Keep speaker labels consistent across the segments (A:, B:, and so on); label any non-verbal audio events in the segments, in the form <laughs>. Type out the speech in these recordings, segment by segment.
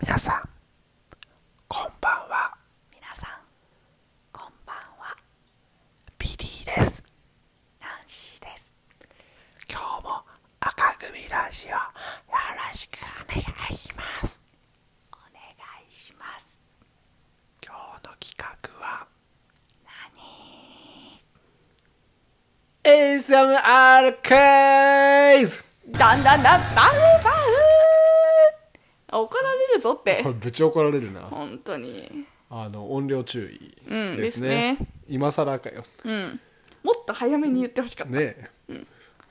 A: 皆さんこんばんは
B: 皆さんこんばんは
A: ビリーです
B: ナンシーです
A: 今日も赤組ラジオよろしくお願いします
B: お願いします
A: 今日の企画は
B: 何
A: ASMR クイズ
B: だんだんだんバウバウ怒られるぞって
A: これぶち怒られるな
B: 本当に
A: あの音量注意
B: うん
A: ですね,、
B: ですね
A: 今更かよ
B: もっと早めに言ってほしかった、
A: ねえ、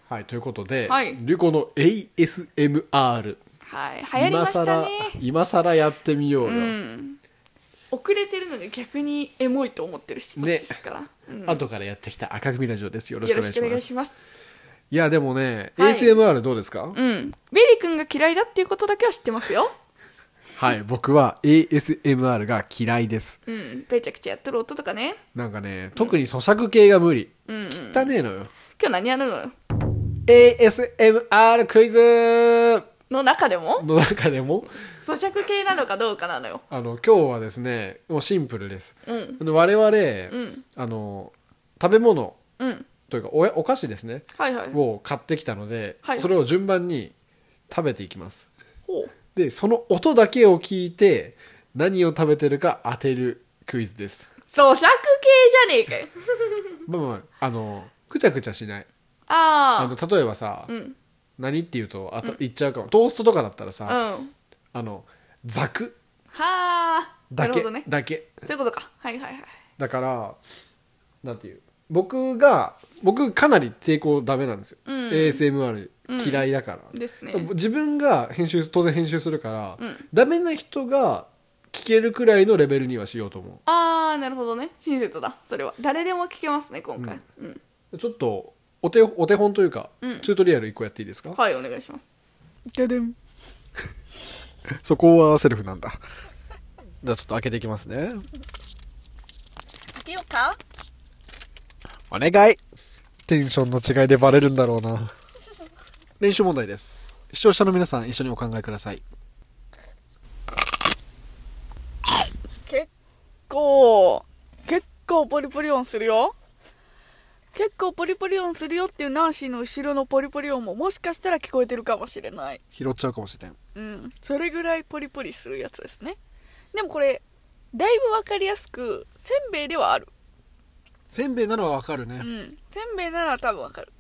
A: はいということで、
B: はい
A: リュコの ASMR
B: はい流行りましたね
A: 今さらやってみようよ、
B: 遅れてるので逆にエモいと思ってる人たちですから、うん
A: 後からやってきた赤組ラジオですよろし
B: よ
A: くお
B: ろ
A: 願い
B: し
A: し
B: くお願
A: ま
B: い
A: す
B: します
A: いやでもね、
B: はい
A: ASMR どうですか、
B: うんベリー君が嫌いだっていうことだけは知ってますよ
A: はい僕は ASMR が嫌いです
B: うんペチャクチャやってる音とかね
A: なんかね特に咀嚼系が無理、汚ねえのよ
B: 今日何やるのよ
A: ASMR クイズ
B: の中でも
A: の中でも
B: 咀嚼系なのかどうかなのよ
A: あの今日はですねもうシンプルです、
B: うん
A: あの我々、
B: ん
A: あの食べ物
B: うん
A: というかおやお菓子ですね
B: はいはい
A: を買ってきたので、
B: はい
A: それを順番に食べていきます
B: ほう
A: でその音だけを聞いて何を食べてるか当てるクイズです
B: 咀嚼系じゃねえかよ
A: まあまああのくちゃくちゃしないあ
B: あ
A: の例えばさ、
B: ん
A: 何って言うとあと言っちゃうかも、トーストとかだったら
B: あ
A: さ、
B: うん
A: あのザク
B: はあ
A: だ
B: なる
A: け
B: ほどね
A: だけ
B: そういうことかはいはいはい
A: だからなんていう僕が僕かなり抵抗ダメなんですよ、
B: うん
A: ASMR 嫌いだから、
B: ですね
A: 自分が編集当然編集するから、
B: うん
A: ダメな人が聞けるくらいのレベルにはしようと思う
B: ああなるほどね親切だそれは誰でも聞けますね今回うん、
A: ちょっとお手お手本というか、
B: うん
A: チュートリアル1個やっていいですか、
B: はいお願いします
A: そこはセルフなんだじゃあちょっと開けていきますね
B: 開けようか
A: お願いテンションの違いでバレるんだろうな練習問題です視聴者の皆さん一緒にお考えください
B: 結構結構ポリポリ音するよ結構ポリポリ音するよっていうナンシーの後ろのポリポリ音ももしかしたら聞こえてるかもしれない
A: 拾っちゃうかもしれん
B: うんそれぐらいポリポリするやつですねでもこれだいぶわかりやすくせんべいではある
A: せんべいなのはわかるね、
B: うんせんべいなら多分わかる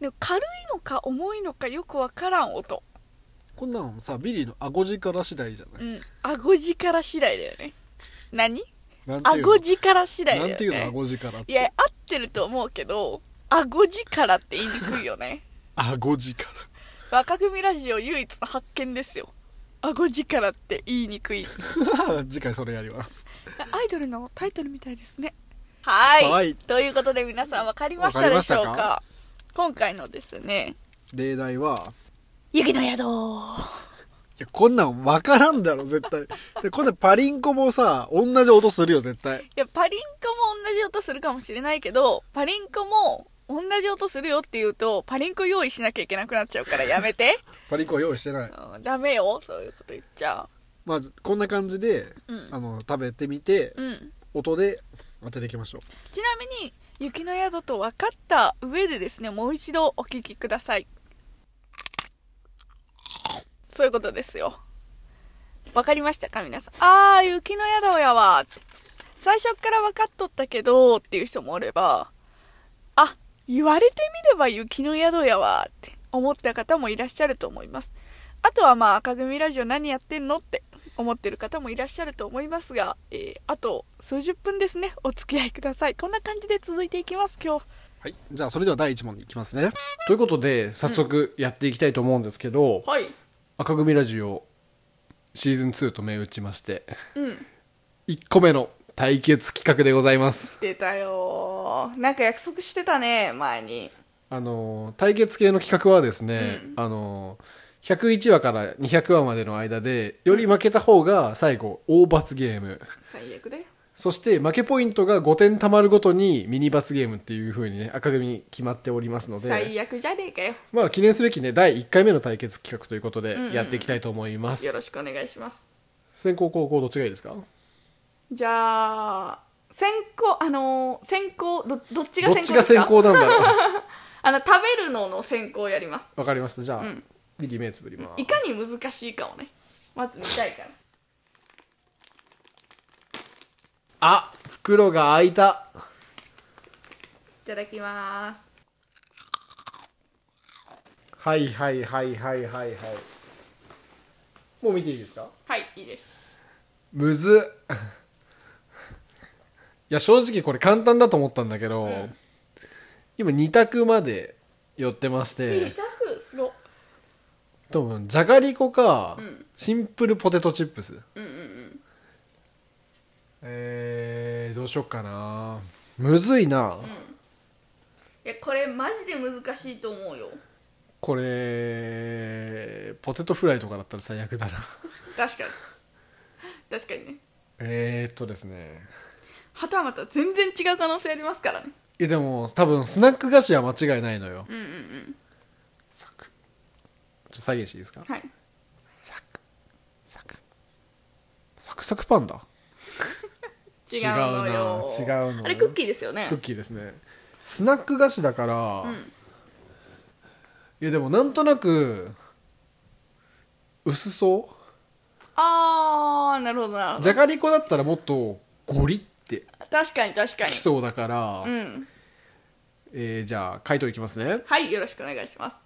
B: でも軽いのか重いのかよくわからん音
A: こんなのさビリーの顎力次第じゃな
B: う
A: い、
B: ん顎力次第だよね何
A: なんていうの
B: 顎力次第だよ
A: な
B: ね
A: んていうの顎力っ
B: い
A: て
B: や合ってると思うけど顎力って言いにくい
A: <laughs>
B: よね
A: 顎力 <laughs>
B: 若組ラジオ唯一の発見ですよ顎力って言いにくい
A: 次回それやります
B: アイドルのタイトルみたいですねはい
A: はい
B: ということで皆さん分かりましたでしょうか
A: わかりましたか
B: 今回のですね
A: 例題は
B: 雪の宿
A: いやこんなん分からんだろ絶対でこんなんパリンコもさ同じ音するよ絶対
B: いやパリンコも同じ音するかもしれないけどパリンコも同じ音するよって言うとパリンコ用意しなきゃいけなくなっちゃうからやめて、
A: パリンコは用意してない、
B: うん、ダメよそういうこと言っちゃ
A: まあ、こんな感じで、
B: うん
A: あの食べてみて、
B: ううん
A: 音で当てていきましょ
B: ちなみに雪の宿と分かった上でですねもう一度お聞きくださいそういうことですよ分かりましたか皆さんあー雪の宿やわって最初っから分かっとったけどっていう人もおればあ言われてみれば雪の宿やわって思った方もいらっしゃると思いますあとはまあ赤組ラジオ何やってんのって思ってる方もいらっしゃると思いますが、えーあと数十分ですねお付き合いくださいこんな感じで続いていきます今日
A: うはいじゃあそれでは第1問にいきますねということで早速やっていきたいと思うんですけど、
B: はい
A: 赤組ラジオシーズン2と銘打ちまして
B: うん
A: 1個目の対決企画でございます
B: 出たよーなんか約束してたね前に
A: あの対決系の企画はですね、あの101話から200話までの間でより負けた方が最後大罰ゲーム
B: 最悪で
A: そして負けポイントが5点たまるごとにミニ罰ゲームっていう風にね赤組決まっておりますので
B: 最悪じゃねえ
A: <laughs>
B: かよ
A: まあ記念すべきね第1回目の対決企画ということでやっていきたいと思います、
B: よろしくお願いします
A: 先行後攻どっちがいいですか
B: じゃあ先行あのー先行どどっちが
A: どっ
B: 先行です
A: ち
B: か
A: が先行なんだ
B: <laughs>
A: ろう
B: あの食べるのの先行やります
A: わかりましたじゃあ、
B: うん
A: リリー目つぶります
B: いかに難しいかをねまず見たいから
A: あ袋が開いた
B: いただきます
A: はいはいはいはいはいはいもう見ていいですか
B: はいいいです
A: むずっ <laughs> いや正直これ簡単だと思ったんだけど、
B: ん
A: 今2択まで寄ってまし
B: 痛
A: て
B: くすごっ
A: 多分じゃがりこか、
B: ん
A: シンプルポテトチップス
B: うんうんうん
A: えー、どうしよっかなむずいな、
B: いやこれマジで難しいと思うよ
A: これポテトフライとかだったら最悪だな
B: 確かに確かにね
A: えーっとですね
B: はたまた全然違う可能性ありますからね
A: いやでも多分スナック菓子は間違いないのよ、
B: うんうんうん
A: サクちょっと再現していいですか
B: はい
A: サクサクサクサクパンだ
B: <laughs> 違うのよ
A: 違うな違うのよ
B: あれクッキーですよね
A: クッキーですねスナック菓子だから、
B: うん
A: いやでもなんとなく薄そ
B: ああなるほどなる
A: う
B: ほ
A: じ
B: ど
A: ゃがりこだったらもっとゴリって
B: 確かに確かに
A: きそうだから、
B: うん
A: えーじゃあ回答いきますね
B: はいよろしくお願いします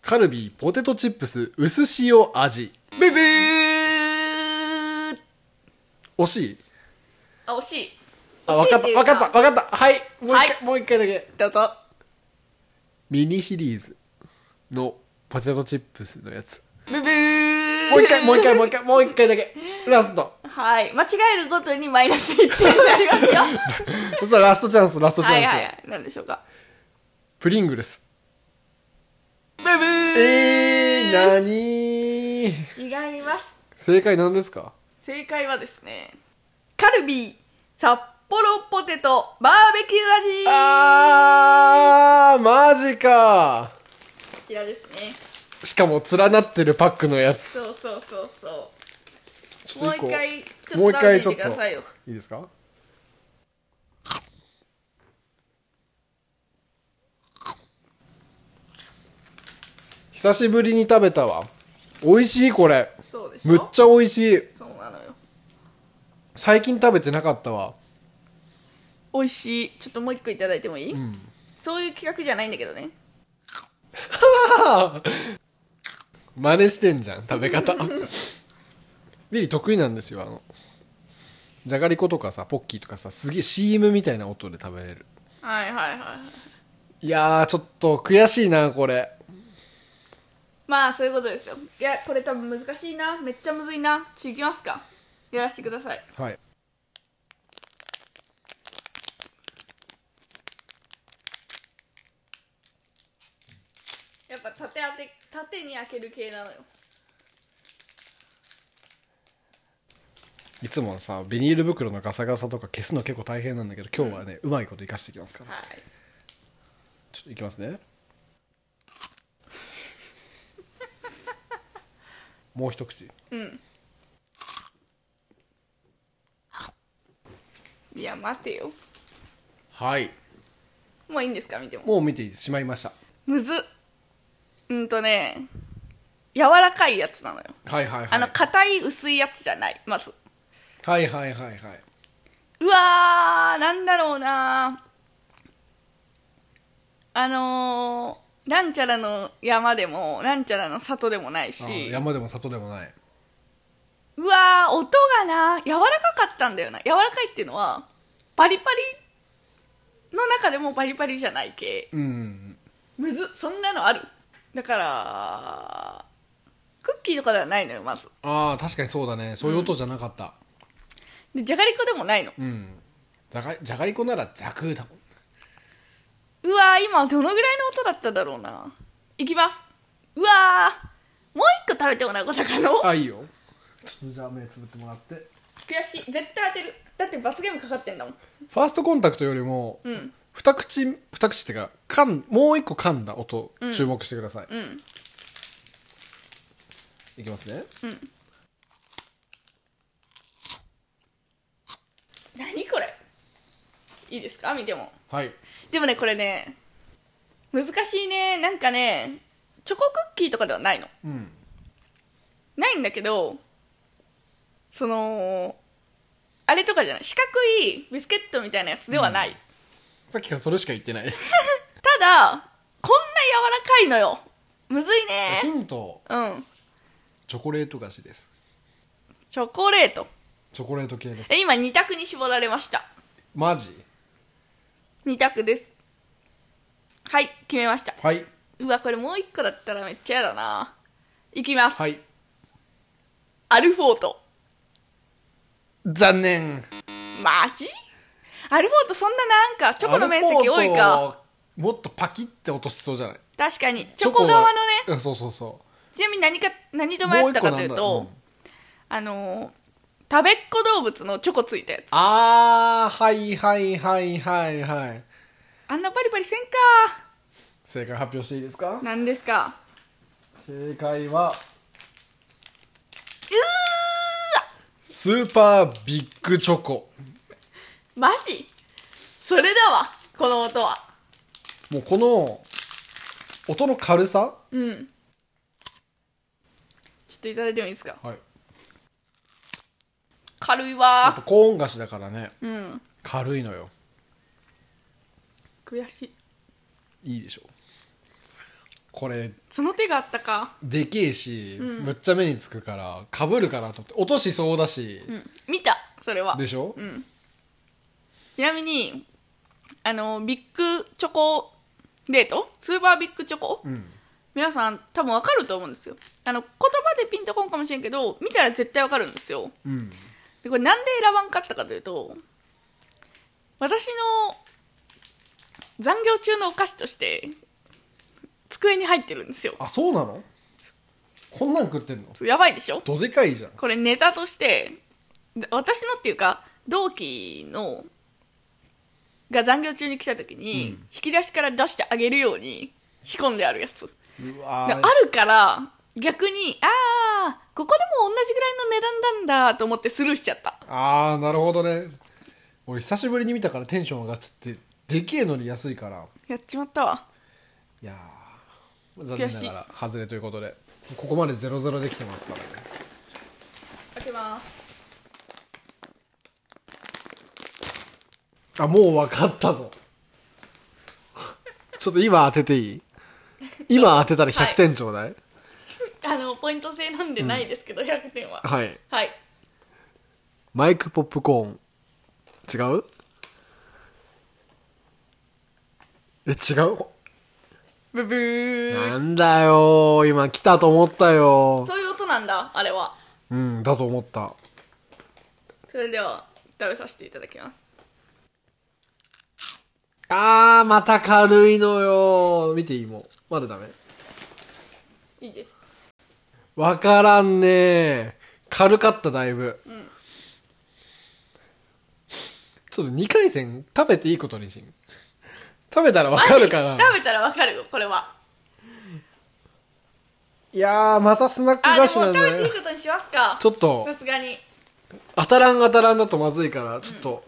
A: カルビーポテトチップス薄塩味
B: ブブー
A: 惜しい
B: あ惜しい
A: あ
B: 惜
A: 分
B: し
A: か
B: いっ
A: ってた
B: いう
A: 分かった分かったはいもう一回、
B: はい
A: もう一回だけ
B: どうぞ
A: ミニシリーズのポテトチップスのやつ
B: ブブー
A: もう一回もう一回もう一回もう一回だけラスト
B: はい間違えるごとにマイナス1点にな
A: <laughs>
B: りますよ
A: そしたらラストチャンスラストチャン
B: は
A: ス、
B: いはいはい何でしょうか
A: プリングルス
B: ブブー
A: えー、なにー
B: 違います
A: 正解何ですか
B: 正解はですねカルビー札幌ポテトバーベキュー味
A: あーマジか
B: こちらですね
A: しかも連なってるパックのやつ
B: そうそうそうそう
A: ょ
B: もう
A: っと一個
B: 一回ち
A: も
B: ょ
A: う
B: っ
A: 一
B: と
A: 回ちょっ
B: 食べ
A: て
B: くだ
A: と
B: さいよ
A: いいですか久しぶりに食べたわ美味しいこれ
B: そうでし
A: むっ
B: ょ
A: ちゃ美味しい
B: そうなのよ
A: 最近食べてなかったわ
B: 美味しいちょっともう一個いただいてもいい、そういう企画じゃないんだけどね
A: 真似してんじゃん食べ方 <laughs> ビリ得意なんですよあのじゃがりことかさポッキーとかさすげえ CM みたいな音で食べれる
B: はいはいはい
A: いやーちょっと悔しいなこれ
B: まあそういうことですよいやこれ多分難しいなめっちゃむずいなちょいきますかやらせてください
A: はい
B: やっぱ縦当て縦に開ける系なのよ
A: いつもさビニール袋のガサガサとか消すの結構大変なんだけど今日はね、うまいこと生かしていきますから
B: はい
A: ちょっといきます <laughs> ねもう一口
B: いや待てよ
A: はい
B: もういいんですか見ても
A: もう見てしまいました
B: むずっうんとね柔らかいやつなのよ
A: はいはいはい
B: あの硬い薄いやつじゃないまず
A: はいはいはいはいう
B: わーなんだろうなあのー、なんちゃらの山でもなんちゃらの里でもないし
A: あー山でも里でもないう
B: わー音がな柔らかかったんだよな柔らかいっていうのはパリパリの中でもパリパリじゃない系
A: うん
B: むずっそんなのあるだからクッキーとかではないのよまず
A: ああ確かにそうだねそういう音じゃなかった
B: でじゃがりこでもないの
A: うん、じゃがじゃがりこならザクーだもん
B: うわー今どのぐらいの音だっただろうないきますうわーもう一個食べてもらうこと可能
A: あいいよちょっとじゃあ目つぶってもらって
B: 悔しい絶対当てるだって罰ゲームかかってんだもん
A: ファーストコンタクトよりも、
B: うん
A: 二口二口っていうか噛んもう一個噛んだ音、注目してください、
B: ん
A: いきますね、
B: 何これいいですか見ても
A: はい
B: でもねこれね難しいねなんかねチョコクッキーとかではないの
A: うん
B: ないんだけどそのあれとかじゃない四角いビスケットみたいなやつではない、
A: さっきからそれしか言って
B: <laughs>
A: ないです
B: ただこんな柔らかいのよむずい
A: ヒ
B: ね
A: ント
B: うん
A: チョコレート菓子です
B: チョコレート
A: チョコレート系です
B: え今2択に絞られました
A: マジ
B: 2択ですはい決めました
A: はいう
B: わこれもう1個だったらめっちゃ嫌だないきます、
A: はい
B: アルフォート
A: 残念
B: マジアルフォートそんななんかチョコの面積多いか
A: もっとパキって落としそうじゃない
B: 確かにチョコ側のね
A: ねそうそうそ
B: ちなみに何か何
A: う
B: と迷ったかという
A: も
B: と
A: 一個なんだ
B: あのー食べっ子動物のチョコついたやつあ
A: あーはいはいはいはいはい
B: んなバリバリせん
A: 正解発表していいですか
B: かなんですか
A: 正解はスーパービッグチョコ
B: マジそれだわこの音は
A: もうこの音の軽さ
B: うんちょっといただいてもいいですか
A: はい
B: 軽い
A: やっ
B: わ
A: ぱ高音菓子だからね
B: うん
A: 軽いのよ
B: 悔しい
A: いいでしょこれ
B: その手があったか
A: でけえし、むっちゃ目につくからかぶるかなと思って落としそうだし、
B: うん見たそれは
A: でしょ、
B: うんちなみにあのビッグチョコレートスーパービッグチョコ、
A: うん
B: 皆さん多分わかると思うんですよあの言葉でピンとこんかもしれんけど見たら絶対わかるんですよ
A: うん
B: でこれなんで選ばんかったかというと私の残業中のお菓子として机に入ってるんですよ
A: あそうなのこんなん食ってんの
B: やばいでしょ
A: どでかいじゃん
B: これネタとしてで私のっていうか同期のが残業中に来た時に、引き出しから出してあげるように仕込んであるやつ
A: うわ
B: で
A: ー
B: あるから逆にああここでも同じぐらいの値段なんだと思ってスルーしちゃった
A: あーなるほどね俺久しぶりに見たからテンション上がっちゃってでけえのに安いから
B: やっちまったわ
A: いやー残念ながら外れということでここまで0 0できてますからね
B: 開けます
A: あもう分かったぞ <laughs> ちょっと今当てていい今当てたら100点ちょうだい
B: あのポイント制なんでないですけど、100点は
A: はい、
B: はい
A: マイクポップコーン違うえ違う
B: ブブー
A: なんだよー今来たと思ったよ
B: そういう音なんだあれは
A: うんだと思った
B: それでは食べさせていただきます
A: あー、また軽いのよ見ていいもん。まだダメ。
B: いいです
A: わからんねー。軽かった、だいぶ。ちょっと2回戦食べていいことにしん。食べたらわかるかな
B: 食べたらわかるよこれはい
A: やー、またスナック
B: あでも
A: 菓子な
B: 食
A: んだ
B: べていい
A: ね。
B: ことにしますか
A: ちょっと
B: さ、すがに
A: 当たらん当たらんだとまずいから、ちょっと、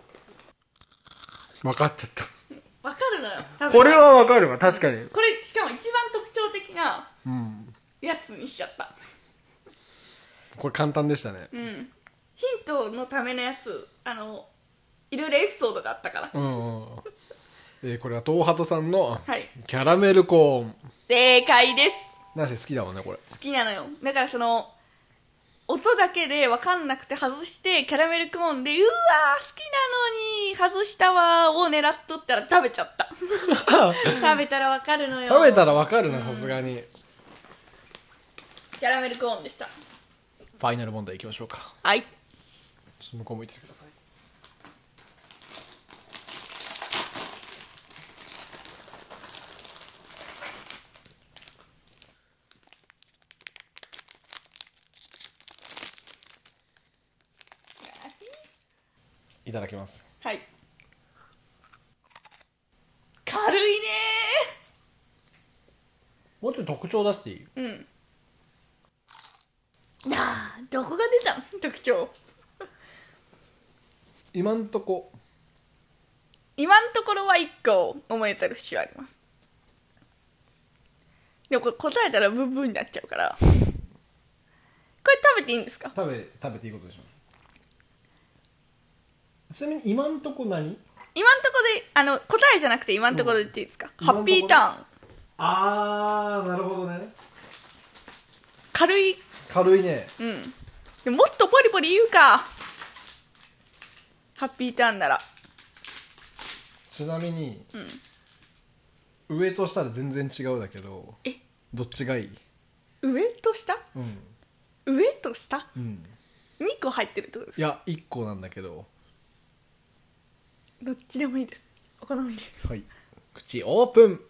A: 分かっちゃった。
B: わかるのよ多分
A: これはわかるわ、確かに。
B: これしかも一番特徴的な
A: うん。
B: やつにしちゃった
A: これ簡単でしたね。
B: うんヒントのためのやつあのいろいろエピソードがあったから
A: うんうんうん。えーこれは東鳩さんの、
B: はい
A: キャラメルコーン。
B: 正解です
A: なし好きだもんね、これ。
B: 好きなのよだからその音だけで分かんなくて外してキャラメルコーンでうわー好きなのに外したわーを狙っとったら食べち
A: <laughs>
B: ゃった食べたら分かるのよ
A: 食べたらわかるな、さすがに。フ
B: キャラメルコーンでした
A: ァイナル問題いきましょうか。
B: はい
A: ちょっと向こう向いててください。いただきます。
B: はい軽いね
A: もうちょっと特徴出していい
B: ーうん <laughs> なあどこが出たん特徴
A: 今んとこ
B: 今のところは1個思い当たる節はありますでもこれ答えたらブーブーになっちゃうからこれ食べていいんですか
A: 食べ食べていいことでしょちなみに今んとこ何
B: 今のところであの答えじゃなくて今のところで言っていいですか、
A: うん
B: ハッピーターン
A: あーなるほどね
B: 軽い
A: 軽いね
B: うんでももっとポリポリ言うかハッピーターンなら
A: ちなみに、上と下で全然違うだけど
B: え
A: どっちがいい
B: 上と下
A: うん
B: 上と下
A: うん
B: 2個入ってるってことです
A: いや1個なんだけど
B: どっちでもいいですお好みで
A: はい口オープン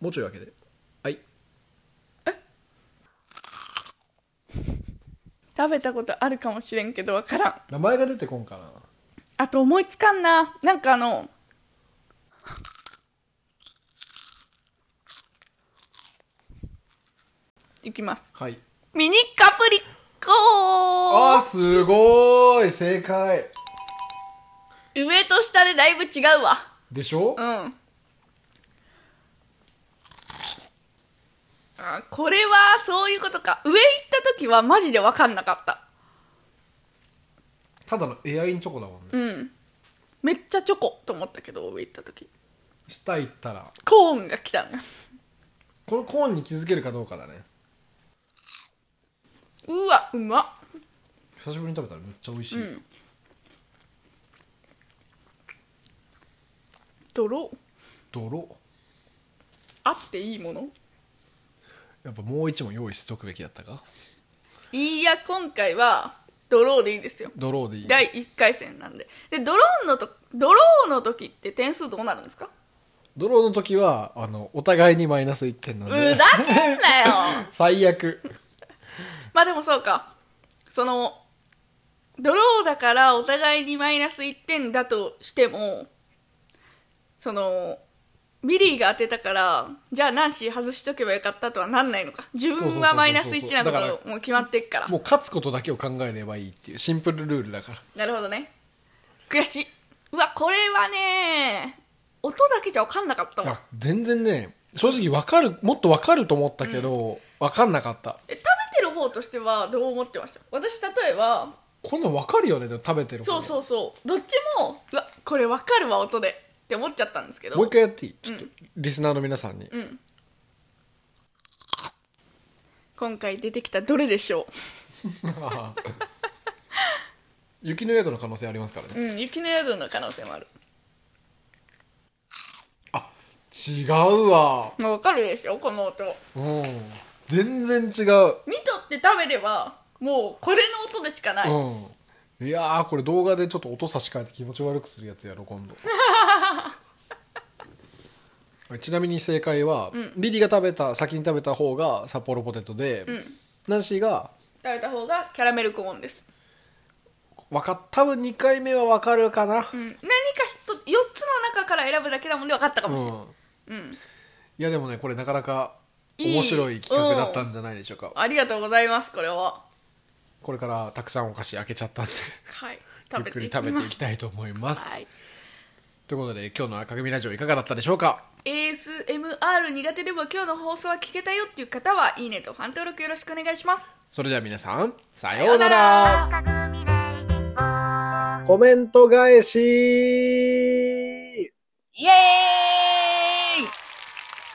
A: もうちょい開けてはい
B: 食べたことあるかもしれんけどわからん
A: 名前が出てこんかな
B: あと思いつかんななんかあのいきます
A: はい
B: ミニカプリコ
A: あーすごーい正解
B: 上と下でだいぶ違うわ
A: でしょ、
B: うんあこれはそういうことか上行った時はマジで分かんなかった
A: ただのエアインチョコだもんね、
B: うんめっちゃチョコと思ったけど上行った時
A: 下行ったら
B: コーンが来たのよ
A: このコーンに気づけるかどうかだね
B: うわうまっ
A: 久しぶりに食べたらめっちゃ美味しい、
B: うん泥
A: 泥
B: あっていいもの
A: やっぱもう一問用意しとくべきだったか
B: いいや今回はドローでいいですよ
A: 泥でいい
B: 第1回戦なんででドローンのとドローの時って点数どうなるんですか
A: 泥の時はあのお互いにマイナス1点なん
B: う
A: で、
B: ざけんなよ
A: 最悪
B: まあでもそうかそのドローだからお互いにマイナス1点だとしてもそのビリーが当てたからじゃあナンシー外しとけばよかったとはなんないのか自
A: そうそうそう
B: 分
A: そ
B: は
A: う
B: マイナス1な
A: だ
B: のか
A: か
B: もう決まってっから
A: もう勝つことだけを考えればいいっていうシンプルルールだから
B: なるほどね悔しいうわこれはね音だけじゃ分かんなかった
A: い
B: もん
A: や全然ね正直わかるもっとわかると思ったけど、わかんなかった
B: え食べてる方としてはどう思ってました私例えば
A: こんなんわかるよねでも食べてる
B: そう
A: う
B: そうそうどっちもうわこれ分かるわ音でって思っちゃったんですけど
A: もう一回やっていいちょっと、リスナーの皆さんに、
B: うん今回出てきたどれでしょ
A: <laughs> 雪の宿の可能性ありますからね
B: ううん雪の宿の可能性もある
A: 違うわ
B: もう分かるでしょこの音
A: うん全然違う
B: 見とって食べればもうこれの音でしかない、
A: うんいやーこれ動画でちょっと音差し替えて気持ち悪くするやつやろ今度 <laughs> ちなみに正解は、リリーが食べた先に食べた方が札幌ポテトで、ナンシーが
B: 食べた方がキャラメルコーンです、
A: わかっ多分2回目は分かるかな
B: うん、何かしと4つの中から選ぶだけだもんで分かったか
A: う
B: もし
A: ん、
B: れない、うん
A: いやでもねこれなかなか
B: いい
A: 面白い企画だったんじゃないでしょうか
B: ありがとうございますこれは
A: これからたくさんお菓子開けちゃったんで
B: は
A: ゆ
B: い
A: っ
B: 食べ
A: く
B: て
A: り
B: いきま
A: 食
B: す
A: べていきたいと思います、
B: はい、
A: ということで今日の赤組ラジオいかがだったでしょうか
B: ASMR 苦手でも今日の放送は聞けたよっていう方はいいねとファン登録よろしくお願いします
A: それでは皆さんさ
B: さよ
A: よ
B: う
A: う
B: な
A: な
B: ら
A: らコメント返し
B: イエーイ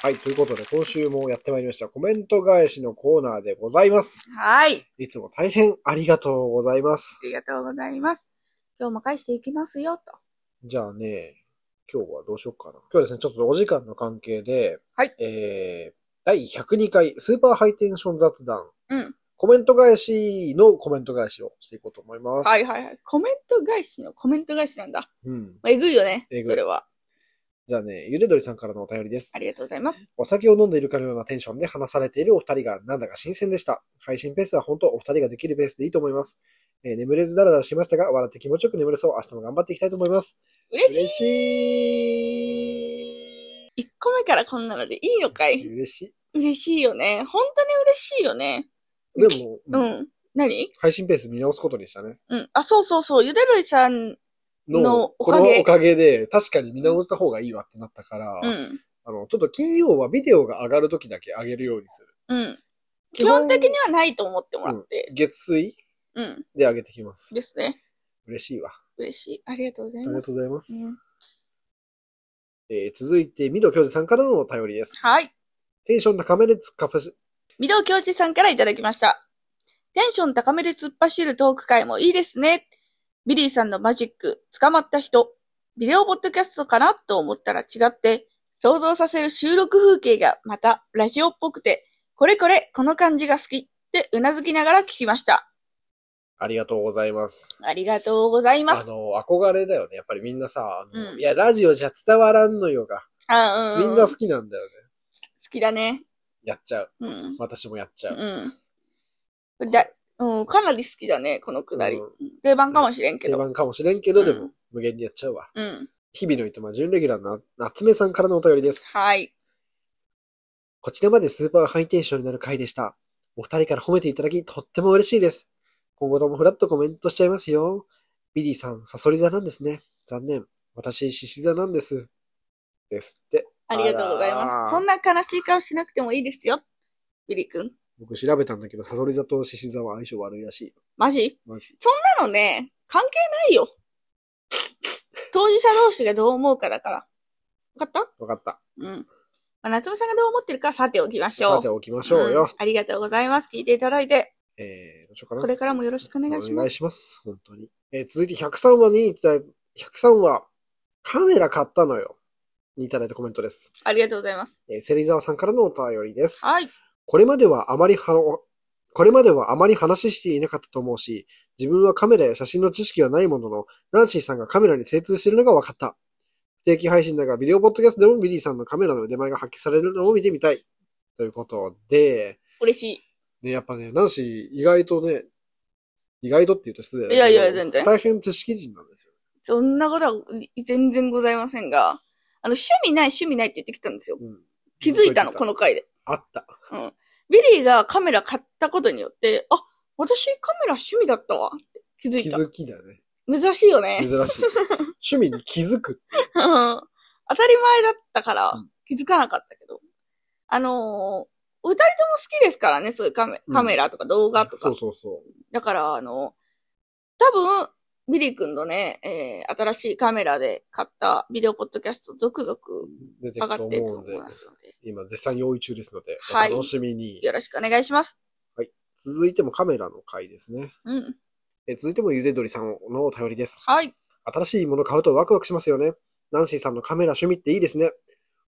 A: はい、ということで今週もやってまいりましたコメント返しのコーナーでございます。
B: はい。あ
A: いつも大変ありがとうございます。
B: りがとうございます。今日も返していきますよ、と。
A: じゃあね、今日はどうしようかな。今日はですね、ちょっとお時間の関係で、
B: はい
A: えー、第102回スーパーハイテンション雑談、
B: うん
A: コメント返しのコメント返しをしていこうと思います。
B: はいはいはい。コメント返しのコメント返しなんだ。
A: うん。
B: まあえぐいよね
A: えぐ。い
B: それは。
A: じゃあね、ゆでどりさんからのお便りです。
B: ありがとうございます。
A: お酒を飲んでいるかのようなテンションで話されているお二人がなんだか新鮮でした。配信ペースは本当お二人ができるペースでいいと思います。えー眠れずだらだらしましたが、笑って気持ちよく眠れそう。明日も頑張っていきたいと思います。
B: 嬉し
A: 嬉しい。
B: い。1個目からこんなのでいいのかい。
A: 嬉し
B: 嬉しいよね。本当に嬉しいよね。
A: い。でも、
B: うん。何
A: 配信ペース見直すことにしたね。
B: うん。あ、そうそうそう。ゆでるりさんのお
A: こ
B: か
A: の
B: げ
A: おかげで、確かに見直した方がいいわってなったから、
B: うん。
A: あの、ちょっと金曜はビデオが上がる時だけ上げるようにする。
B: うん。基本的にはないと思ってもらって。
A: 月水
B: うん。
A: で上げてきます。
B: ですね。
A: 嬉しいわ。あ
B: 嬉しい。ありがとうござい
A: りが
B: ます。
A: とうございます。
B: うん
A: えー続いて、ミド教授さんからのお便りです。
B: はい。
A: テンション高めで突っかし、
B: 御堂教授さんからいただきました。テンション高めで突っ走るトーク会もいいですね。ビリーさんのマジック、捕まった人、ビデオポッドキャストかなと思ったら違って、想像させる収録風景がまたラジオっぽくて、これこれ、この感じが好きってうなずきながら聞きました。
A: ありがとうございます。
B: ありがとうございま
A: あ
B: す。
A: の、憧れだよね。やっぱりみんなさ、あの
B: うん
A: いや、ラジオじゃ伝わらんのよが、
B: あ
A: みん
B: う
A: な
B: 好
A: 好きなんだよね。
B: きだね。
A: やっちゃう。
B: うん。
A: 私もやっちゃう。
B: うん。だ、うん、かなり好きだね、このくだり。
A: うん
B: 定番かもしれんけ
A: 定
B: ど。
A: 番かもしれんけど、で
B: う
A: も
B: ん、
A: 無限にやっちゃうわ。
B: うん。
A: 日々のいとま、準レギュラーの夏目さんからのお便りです。
B: はい。
A: こちらまでスーパーハイテンションになる回でした。お二人から褒めていただき、とっても嬉しいです。今後ともフラッとコメントしちゃいますよ。ビリーさん、サソリ座なんですね。残念。私、獅子座なんです。ですって。
B: ありがとうござい
A: あら
B: ま
A: ー
B: す。そんな悲しい顔しなくてもいいですよ。ビリ君。
A: 僕調べたんだけど、サソリ座と獅子座は相性悪いらしいよ。
B: マジ
A: マジ。
B: なのね、関係ないよ。当事者同士がどう思うかだから。わかった
A: わかった。
B: うん。まあ、夏目さんがどう思ってるかさておきましょう。
A: さておきましょうよ。
B: んありがとうございます。聞いていただいて、
A: えー、どうしようかな。
B: これからもよろしくお願いし
A: お
B: ま
A: 願い
B: す。
A: します。本当に。えー続いて103話にいただい、103話、カメラ買ったのよ。にいただいたコメントです。
B: ありがとうございます。
A: えー、セリザワさんからのお便りです。
B: はい。
A: これまではあまりはの、これまではあまり話していなかったと思うし、自分はカメラや写真の知識はないものの、ナンシーさんがカメラに精通しているのが分かった。不定期配信だが、ビデオポッドキャストでもビリーさんのカメラの腕前が発揮されるのを見てみたい。ということで、
B: 嬉しい。
A: ね、やっぱね、ナンシー意外とね、意外とって言うと失礼だけど
B: いやいや全然
A: 大変知識人なんですよ。
B: そんなことはい全然ございませんが、あの、趣味ない趣味ないって言ってきたんですよ。
A: うん、
B: 気づいたの、この回で。
A: あった。
B: うん。ビリーがカメラ買ったことによって、あ、私カメラ趣味だったわって気づ
A: 気
B: いた。
A: づきだね。
B: 珍しいよね <laughs>
A: 珍。しい。趣味に気づくって。
B: 当たり前だったから
A: うん
B: 気づかなかったけど。あのーお二人とも好きですからね、そういうカメ
A: うん
B: カメラとか動画とか。
A: そうそうそ
B: だから、あの、多分、ビリー君のね、えー新しいカメラで買ったビデオポッドキャスト続々
A: う。出て
B: 上
A: く
B: が
A: ると
B: っていくと
A: 思うの
B: 思
A: で
B: いま、すので、
A: 今絶賛用意中ですので、
B: はい
A: お楽しみに。
B: よろしくお願いします。
A: 続いてもカメラの回ですね。
B: うん。
A: え続いてもゆでどりさんのお便りです。
B: はい。
A: 新しいもの買うとワクワクしますよね。ナンシーさんのカメラ趣味っていいですね。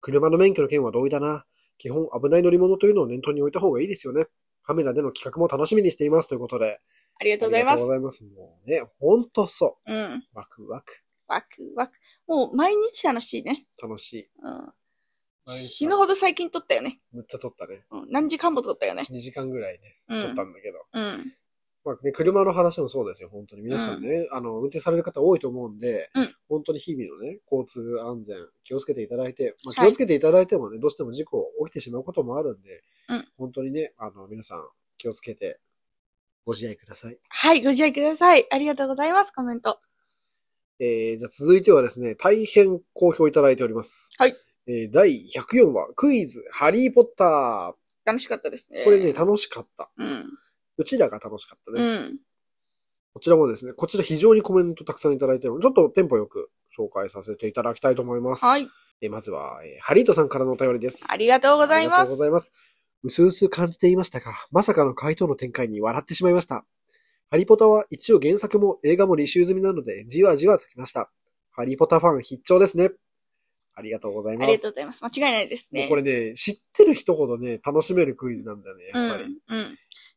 A: 車の免許の件は同意だな。基本危ない乗り物というのを念頭に置いた方がいいですよね。カメラでの企画も楽しみにしていますということで。
B: ありが
A: あ
B: とうございま
A: りが
B: す
A: とう。ございます。もうね、ほんとそ
B: うん。
A: う。ワクワク。
B: ワクワク。もう毎日楽しいね。
A: 楽し
B: うん。
A: い。
B: 死ぬほど最近撮ったよね。
A: むっちゃ撮ったね。
B: うん。何時間も撮ったよね。
A: 2時間ぐらいね、
B: う
A: 撮っ
B: ん
A: た。んだけど。
B: うん。
A: まあね、車の話もそうですよ、本当に。皆さんね、あの、運転される方多いと思うんで、
B: うん
A: 本当に日々のね、交通安全、気をつけていただいて、まあ、気
B: はい
A: をつけていただいてもね、どうしても事故起きてしまうこともあるんで、
B: うん
A: 本当にね、あの、皆さん気をつけてご自愛ください。
B: はい、ご自愛ください。ありがとうございます、コメント。
A: えー、じゃあ続いてはですね、大変好評いただいております。
B: はい。
A: えー、第104話、クイズ、ハリーポッター。
B: 楽しかったですね。
A: これね、楽しかった。
B: うん。
A: うちらが楽しかったね。
B: うん。
A: こちらもですね、こちら非常にコメントたくさんいただいてるので、ちょっとテンポよく紹介させていただきたいと思います。
B: はい。
A: えまずは、えーハリートさんからのお便りです。
B: ありがとうござ
A: あ
B: い
A: りが
B: ま
A: とうご
B: す。
A: ざいます。うすうす感じていましたが、まさかの回答の展開に笑ってしまいました。ハリポタは一応原作も映画も履修済みなので、じわじわときました。ハリポタファン必聴ですね。ありがとうござい
B: あ
A: ます。
B: りがとうございます。間違いないです
A: も
B: ね。
A: うこれね、知ってる人ほどね、楽しめるクイズなんだよね、
B: う
A: や
B: ん。
A: っ
B: う
A: ぱり。
B: ん。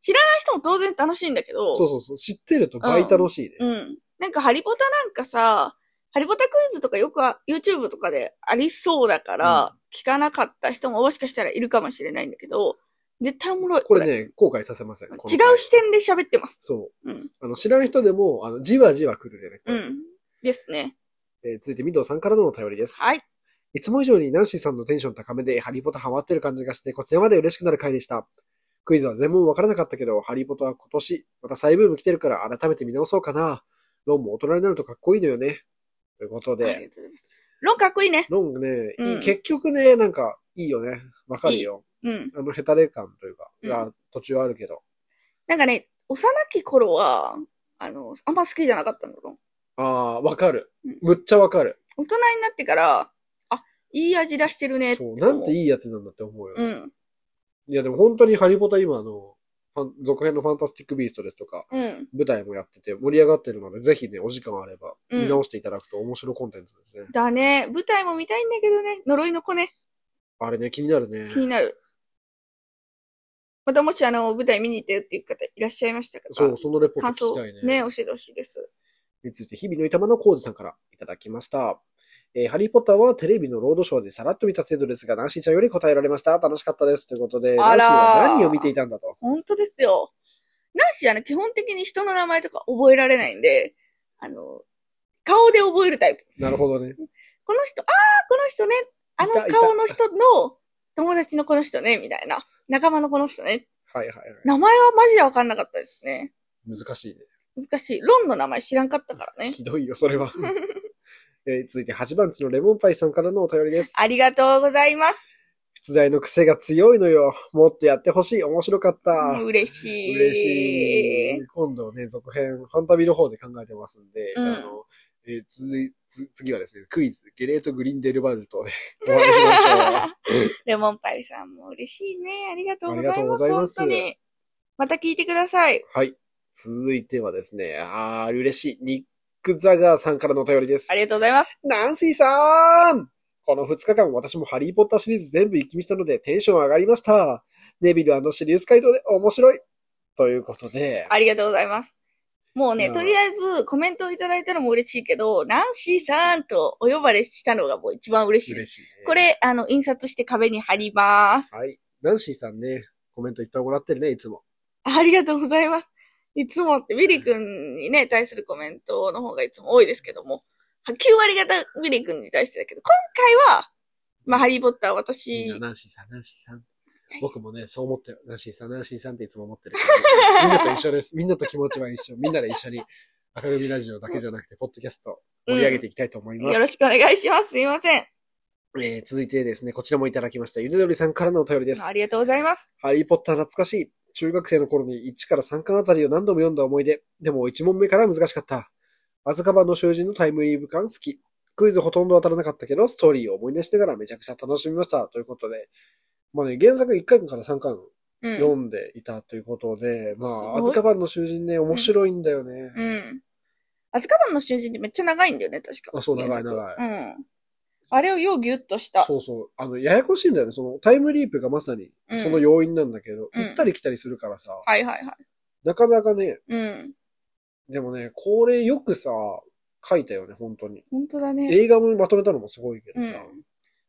B: 知らない人も当然楽しいんだけど、
A: そうそうそう、知ってると倍楽しいね。
B: うん。なんかハリポタなんかさ、ハリポタクイズとかよくは YouTube とかでありそうだから、
A: う
B: 聞かなかった人ももしかしたらいるかもしれないんだけど、絶対おもろい。
A: これね、後悔させません。こ
B: こ
A: の
B: れ。違
A: 回
B: う視点で喋ってます。
A: そう。
B: うん。
A: あの、知らん人でも、あの、じわじわ来るでね。
B: うん。ですね。
A: えー続いて、ミドさんからのお便りです。。
B: はいい。
A: つも以上にナンシーさんのテンション高めで、ハリーポタハマってる感じがして、こちらまで嬉しくなる回でした。クイズは全問わからなかったけど、ハリーポタは今年、また再ブーム来てるから改めて見直そうかな。ロンも大人になるとかっこいいのよね。ということ
B: ありがと
A: で、
B: うございます。ロンかっこいいね。
A: ロングね、いい
B: うん
A: 結局ね、なんか、いいよね。わかるよ。
B: うん。
A: あの、ヘタレ感というか、
B: うん
A: が途中あるけど。
B: なんかね、幼き頃は、あの、あんま好きじゃなかったのロン。
A: ああー、わかる
B: うん。
A: むっちゃわかる。
B: 大人になってから、あ、いい味出してるねって
A: そう、
B: 思う。
A: なんていいやつなんだって思うよね。
B: うん。
A: いや、でも本当にハリポタ今あの、ファン続編のファンタスティックビーストですとか、
B: うん。
A: 舞台もやってて盛り上がってるので、ぜひね、お時間あれば、
B: うん
A: 見直していただくと面白コンテンツですね。
B: だね。舞台も見たいんだけどね。呪いの子ね。
A: あれね、気になるね
B: 気。になる。またもしあの、舞台見に行ったよっていう方いらっしゃいましたか
A: そう、そのレポート
B: 感
A: 聞
B: 想
A: きたいね。
B: ね、教えてほしいです。
A: について、日々の板間の浩二さんからいただきました。えーハリーポッターはテレビのロードショーでさらっと見た程度ですが、ナンシーちゃんより答えられました。楽しかったです。ということで、ナ
B: あ
A: ンシ
B: ら
A: ー
B: ー
A: は何を見ていたんだと。
B: 本当ですよ。ナンシーはね、基本的に人の名前とか覚えられないんで、あの、顔で覚えるタイプ。
A: なるほどね。
B: この人、あー、この人ね。あの
A: いたいた
B: 顔の人の友達のこの人ね、みたいな。仲間のこの人ね。
A: はいはいはい。
B: 名前はマジでわかんなかったですね。
A: 難しいね。
B: 難しい。ロンの名前知らんかったから
A: <laughs>
B: ね。
A: ひどいよ、そ
B: <laughs>
A: れは。えー続いて8番地のレモンパイさんからのお便りです。
B: ありがとうございます。
A: 出題の癖が強いのよ。もっとやってほしい。面白かった。
B: 嬉しい。
A: 嬉しい。。今度ね、続編、ファンタビの方で考えてますんで、
B: うん
A: あの、えー続い、つ次はですね、クイズ、ゲレート・グリンデルバルトでお話ししま
B: <laughs>
A: しょう。
B: レモンパイさんも嬉しいね。ありがとう
A: あ
B: ござ
A: りがと
B: いう
A: ご
B: ま
A: ざい
B: す。
A: ます
B: 本当に。また聞いてください。
A: はい。続いてはですね、あー、嬉しい。ニック・ザガーさんからのお便りです
B: あ。りがとうございます。
A: ナンシーさんこの2日間私もハリーポッターシリーズ全部一気見したのでテンション上がりました。ネビルシリウス街道で面白いということで、
B: ありがとうございます。もう
A: い
B: ね、
A: や
B: とりあえずコメントをいただいたのも嬉しいけど、ナンシーさんとお呼ばれしたのがもう一番嬉しいです。
A: 嬉しい、ね。
B: これ、あの、印刷して壁に貼ります。
A: はい。ナンシーさんね、コメントいっぱいもらってるね、いつも。
B: ありがとうございます。いつもって、ウィリ君にね、対するコメントの方がいつも多いですけども、9割方ウィリ君に対してだけど、今回は、まあ、ハリーポッター
A: みん
B: 私
A: な、、ナンシーさん、ナンシーさん。僕もね、そう思ってる。ナンシーさん、ナンシーさんっていつも思ってるから、 <laughs> みんなと一緒です。みんなと気持ちは一緒。みんなで一緒に、赤組ラジオだけじゃなくて、ポッドキャスト盛り上げていきたいと思います。
B: よろしくお願いします。すいません。
A: えー続いてですね、こちらもいただきました。ゆでどりさんからのお便りです。
B: ありがとうございます。
A: ハリーポッター懐かしい。中学生の頃に1から3巻あたりを何度も読んだ思い出。でも1問目から難しかった。アズカバンの囚人のタイムリーブ感好き。クイズほとんど当たらなかったけど、ストーリーを思い出しながらめちゃくちゃ楽しみました。ということで。まあね、原作1巻から3巻
B: うん。
A: 読んでいたということで、ますあ、
B: ごい
A: アズカバンの囚人ね、面白いんだよね。
B: うん。アズカバンの囚人ってめっちゃ長いんだよね、確か。
A: あそう
B: 原作
A: 長い長
B: うん。あれをようギュッとした。
A: そうそう。あの、ややこしいんだよね。そのタイムリープがまさにその要因なんだけど、
B: うん
A: 行ったり来たりするからさ、
B: はいはいはい。
A: なかなかね、
B: うん。
A: でもね、これよくさ、書いたよね、本当に。
B: 本当だね。
A: 映画もまとめたのもすごいけど
B: う
A: さ。
B: ん。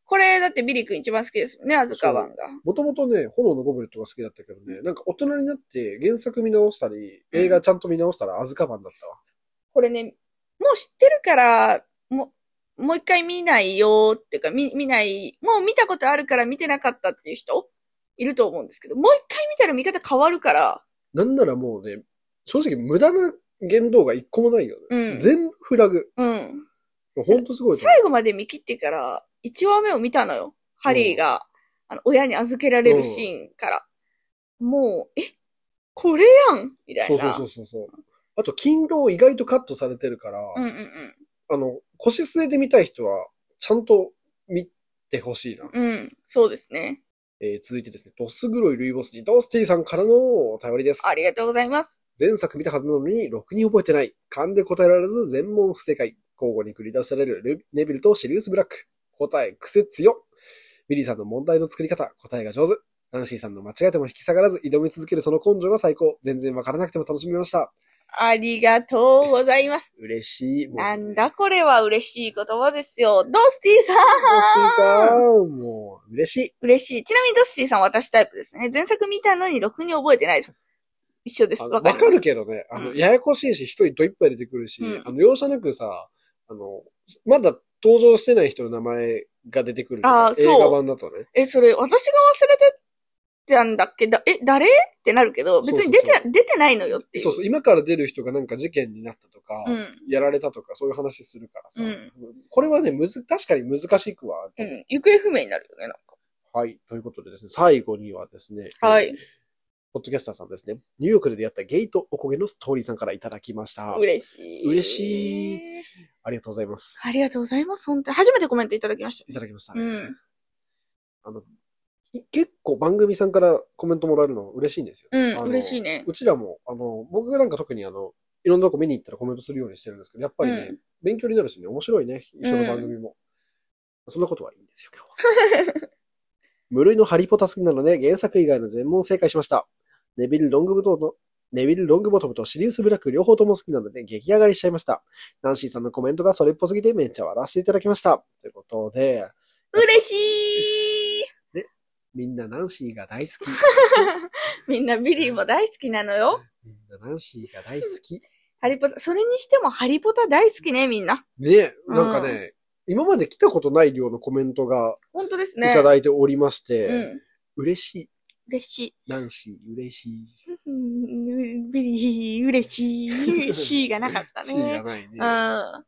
B: これ、だってビリ君一番好きですもんね、アズカバンが。
A: もともとね、炎のゴブレットが好きだったけどね、なんか大人になって原作見直したり、映画ちゃんと見直したらアズカバンだったわ。
B: これね、もう知ってるから、もう、もう一回見ないよっていうか、見、見ない、もう見たことあるから見てなかったっていう人いると思うんですけど、もう一回見たら見方変わるから、
A: なんならもうね、正直無駄な言動が一個もないよね。
B: うん
A: 全部フラグ。
B: うん。
A: ほんとすごいと思。
B: 最後まで見切ってから、1話目を見たのよ。ハリーが、あの、親に預けられるシーンから。もう、え、これやんみたいうな。
A: そうそうそうそう。あと、勤労意外とカットされてるから、
B: うんうんうん。
A: あの、腰据えて見たい人は、ちゃんと見てほしいな。
B: うん、そうですね。
A: えー続いてですね、ドス黒いルイボスジドスティさんからのお便りです。
B: ありがとうございます。
A: 前作見たはずなのに、ろくに覚えてない。勘で答えられず、全問不正解。交互に繰り出されるルネビルとシリウス・ブラック。答え、癖強。ミリーさんの問題の作り方、答えが上手。ナンシーさんの間違えても引き下がらず、挑み続けるその根性が最高。全然わからなくても楽しみました。
B: ありがとうございます。
A: 嬉しい。もう
B: なんだこれは嬉しい言葉ですよ。ドスティさん
A: ドスティさんもう、嬉しい。
B: 嬉しい。ちなみにドスティさんは私タイプですね。前作見たのにろくに覚えてないと。一緒です。
A: あの
B: <laughs> わ
A: わ
B: か
A: か
B: ります
A: るけどね、あの、
B: うん
A: ややこしいし、人いっぱい出てくるし、
B: うん
A: あの、容赦なくさ、あの、まだ登場してない人の名前が出てくるじゃん
B: あーそう
A: 映画版だとね。
B: え、それ私が忘れててたんだけど、え、誰ってなるけど、別に出て、
A: そうそう
B: 出てないのよっていう。
A: そうそう、今から出る人がなんか事件になったとか、
B: うん。
A: やられたとか、そういう話するからさ。
B: うん
A: これはね、むず、確かに難しくはある、
B: うん。行方不明になるよね、なんか。
A: はい。ということでですね、最後にはですね、
B: はい
A: えー。ポッドキャスターさんですね、ニューヨークで出会ったゲイとおこげのストーリーさんからいただきました。
B: 嬉しい。
A: 嬉しい。ありがとうございます。
B: ありがとうございます。本当に。初めてコメントいただきまし
A: いただきました
B: た。。うん。
A: あの、い結構番組さんからコメントもらえるの嬉しいんですよ。
B: う
A: あ
B: ん。
A: の
B: 嬉しいね。
A: うちらも、あの、僕がなんか特にあの、いろんなとこ見に行ったらコメントするようにしてるんですけど、やっぱりね、
B: うん
A: 勉強になるしね、面白いね、人の番組も。そんなことはいいんですよ、今日は。 <laughs> 無類のハリポタ好きなので、原作以外の全問正解しました。ネビル・ロングボトムと、ネビル・ロングボトムとシリウス・ブラック両方とも好きなので、激上がりしちゃいました。ナンシーさんのコメントがそれっぽすぎてめっちゃ笑わせていただきました。ということで、
B: 嬉しい。
A: みんなナンシーが大好き。
B: みんなビリーも大好きなのよ。
A: みんなナンシーが大好き。 <laughs>
B: ハリポタ、それにしてもハリポタ大好きね、みんな。
A: ね、なんかね、今まで来たことない量のコメントが
B: 本当です
A: い
B: ね。
A: ただいておりまして、
B: うん。
A: 嬉しい。
B: 嬉しい。
A: ナンシー、嬉しい。
B: うんビリー、嬉しい。C がなかった
A: シ <laughs> ーが
B: ね。
A: ないね。
B: うん。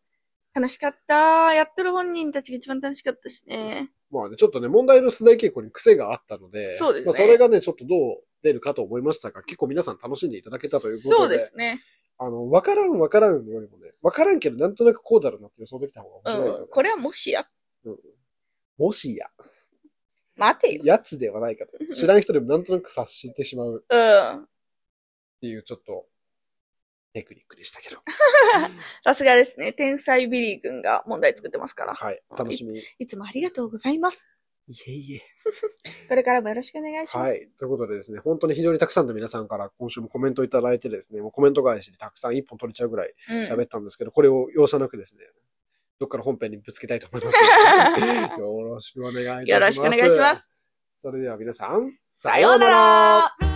B: 楽しかった。やってる本人たちが一番楽しかったしね。
A: まあね、ちょっとね、問題の出題傾向に癖があったので、
B: そうですね
A: まあ、それがね、ちょっとどう出るかと思いましたが、結構皆さん楽しんでいただけたということで、
B: そうですね。
A: あの、わからんわからんよりもね、わからんけどなんとなくこうだろうなって予想できた方が面
B: う
A: 白いよね
B: ん。これはもしや、
A: もしや、
B: 待てよ。
A: やつではないかと。知らん人でもなんとなく察してしまう
B: うん。
A: っていう、ちょっと、テクニックでしたけど。
B: さすがですね。天才ビリー君が問題作ってますから。
A: はい、楽しみに。い
B: いつもありがとうございます。
A: えいえ。
B: これからもよろしくお願いします。
A: はい。ということでですね、本当に非常にたくさんの皆さんから今週もコメントいただいてですね、もうコメント返しでたくさん一本取れちゃうぐらい
B: うん
A: 喋ったんですけど、これを容赦なくですね、どっから本編にぶつけたいと思いますの <laughs> で。よろしくお願いいたします。
B: よろしくお願いします。
A: それでは皆さん、
B: さ
A: さ
B: ようなら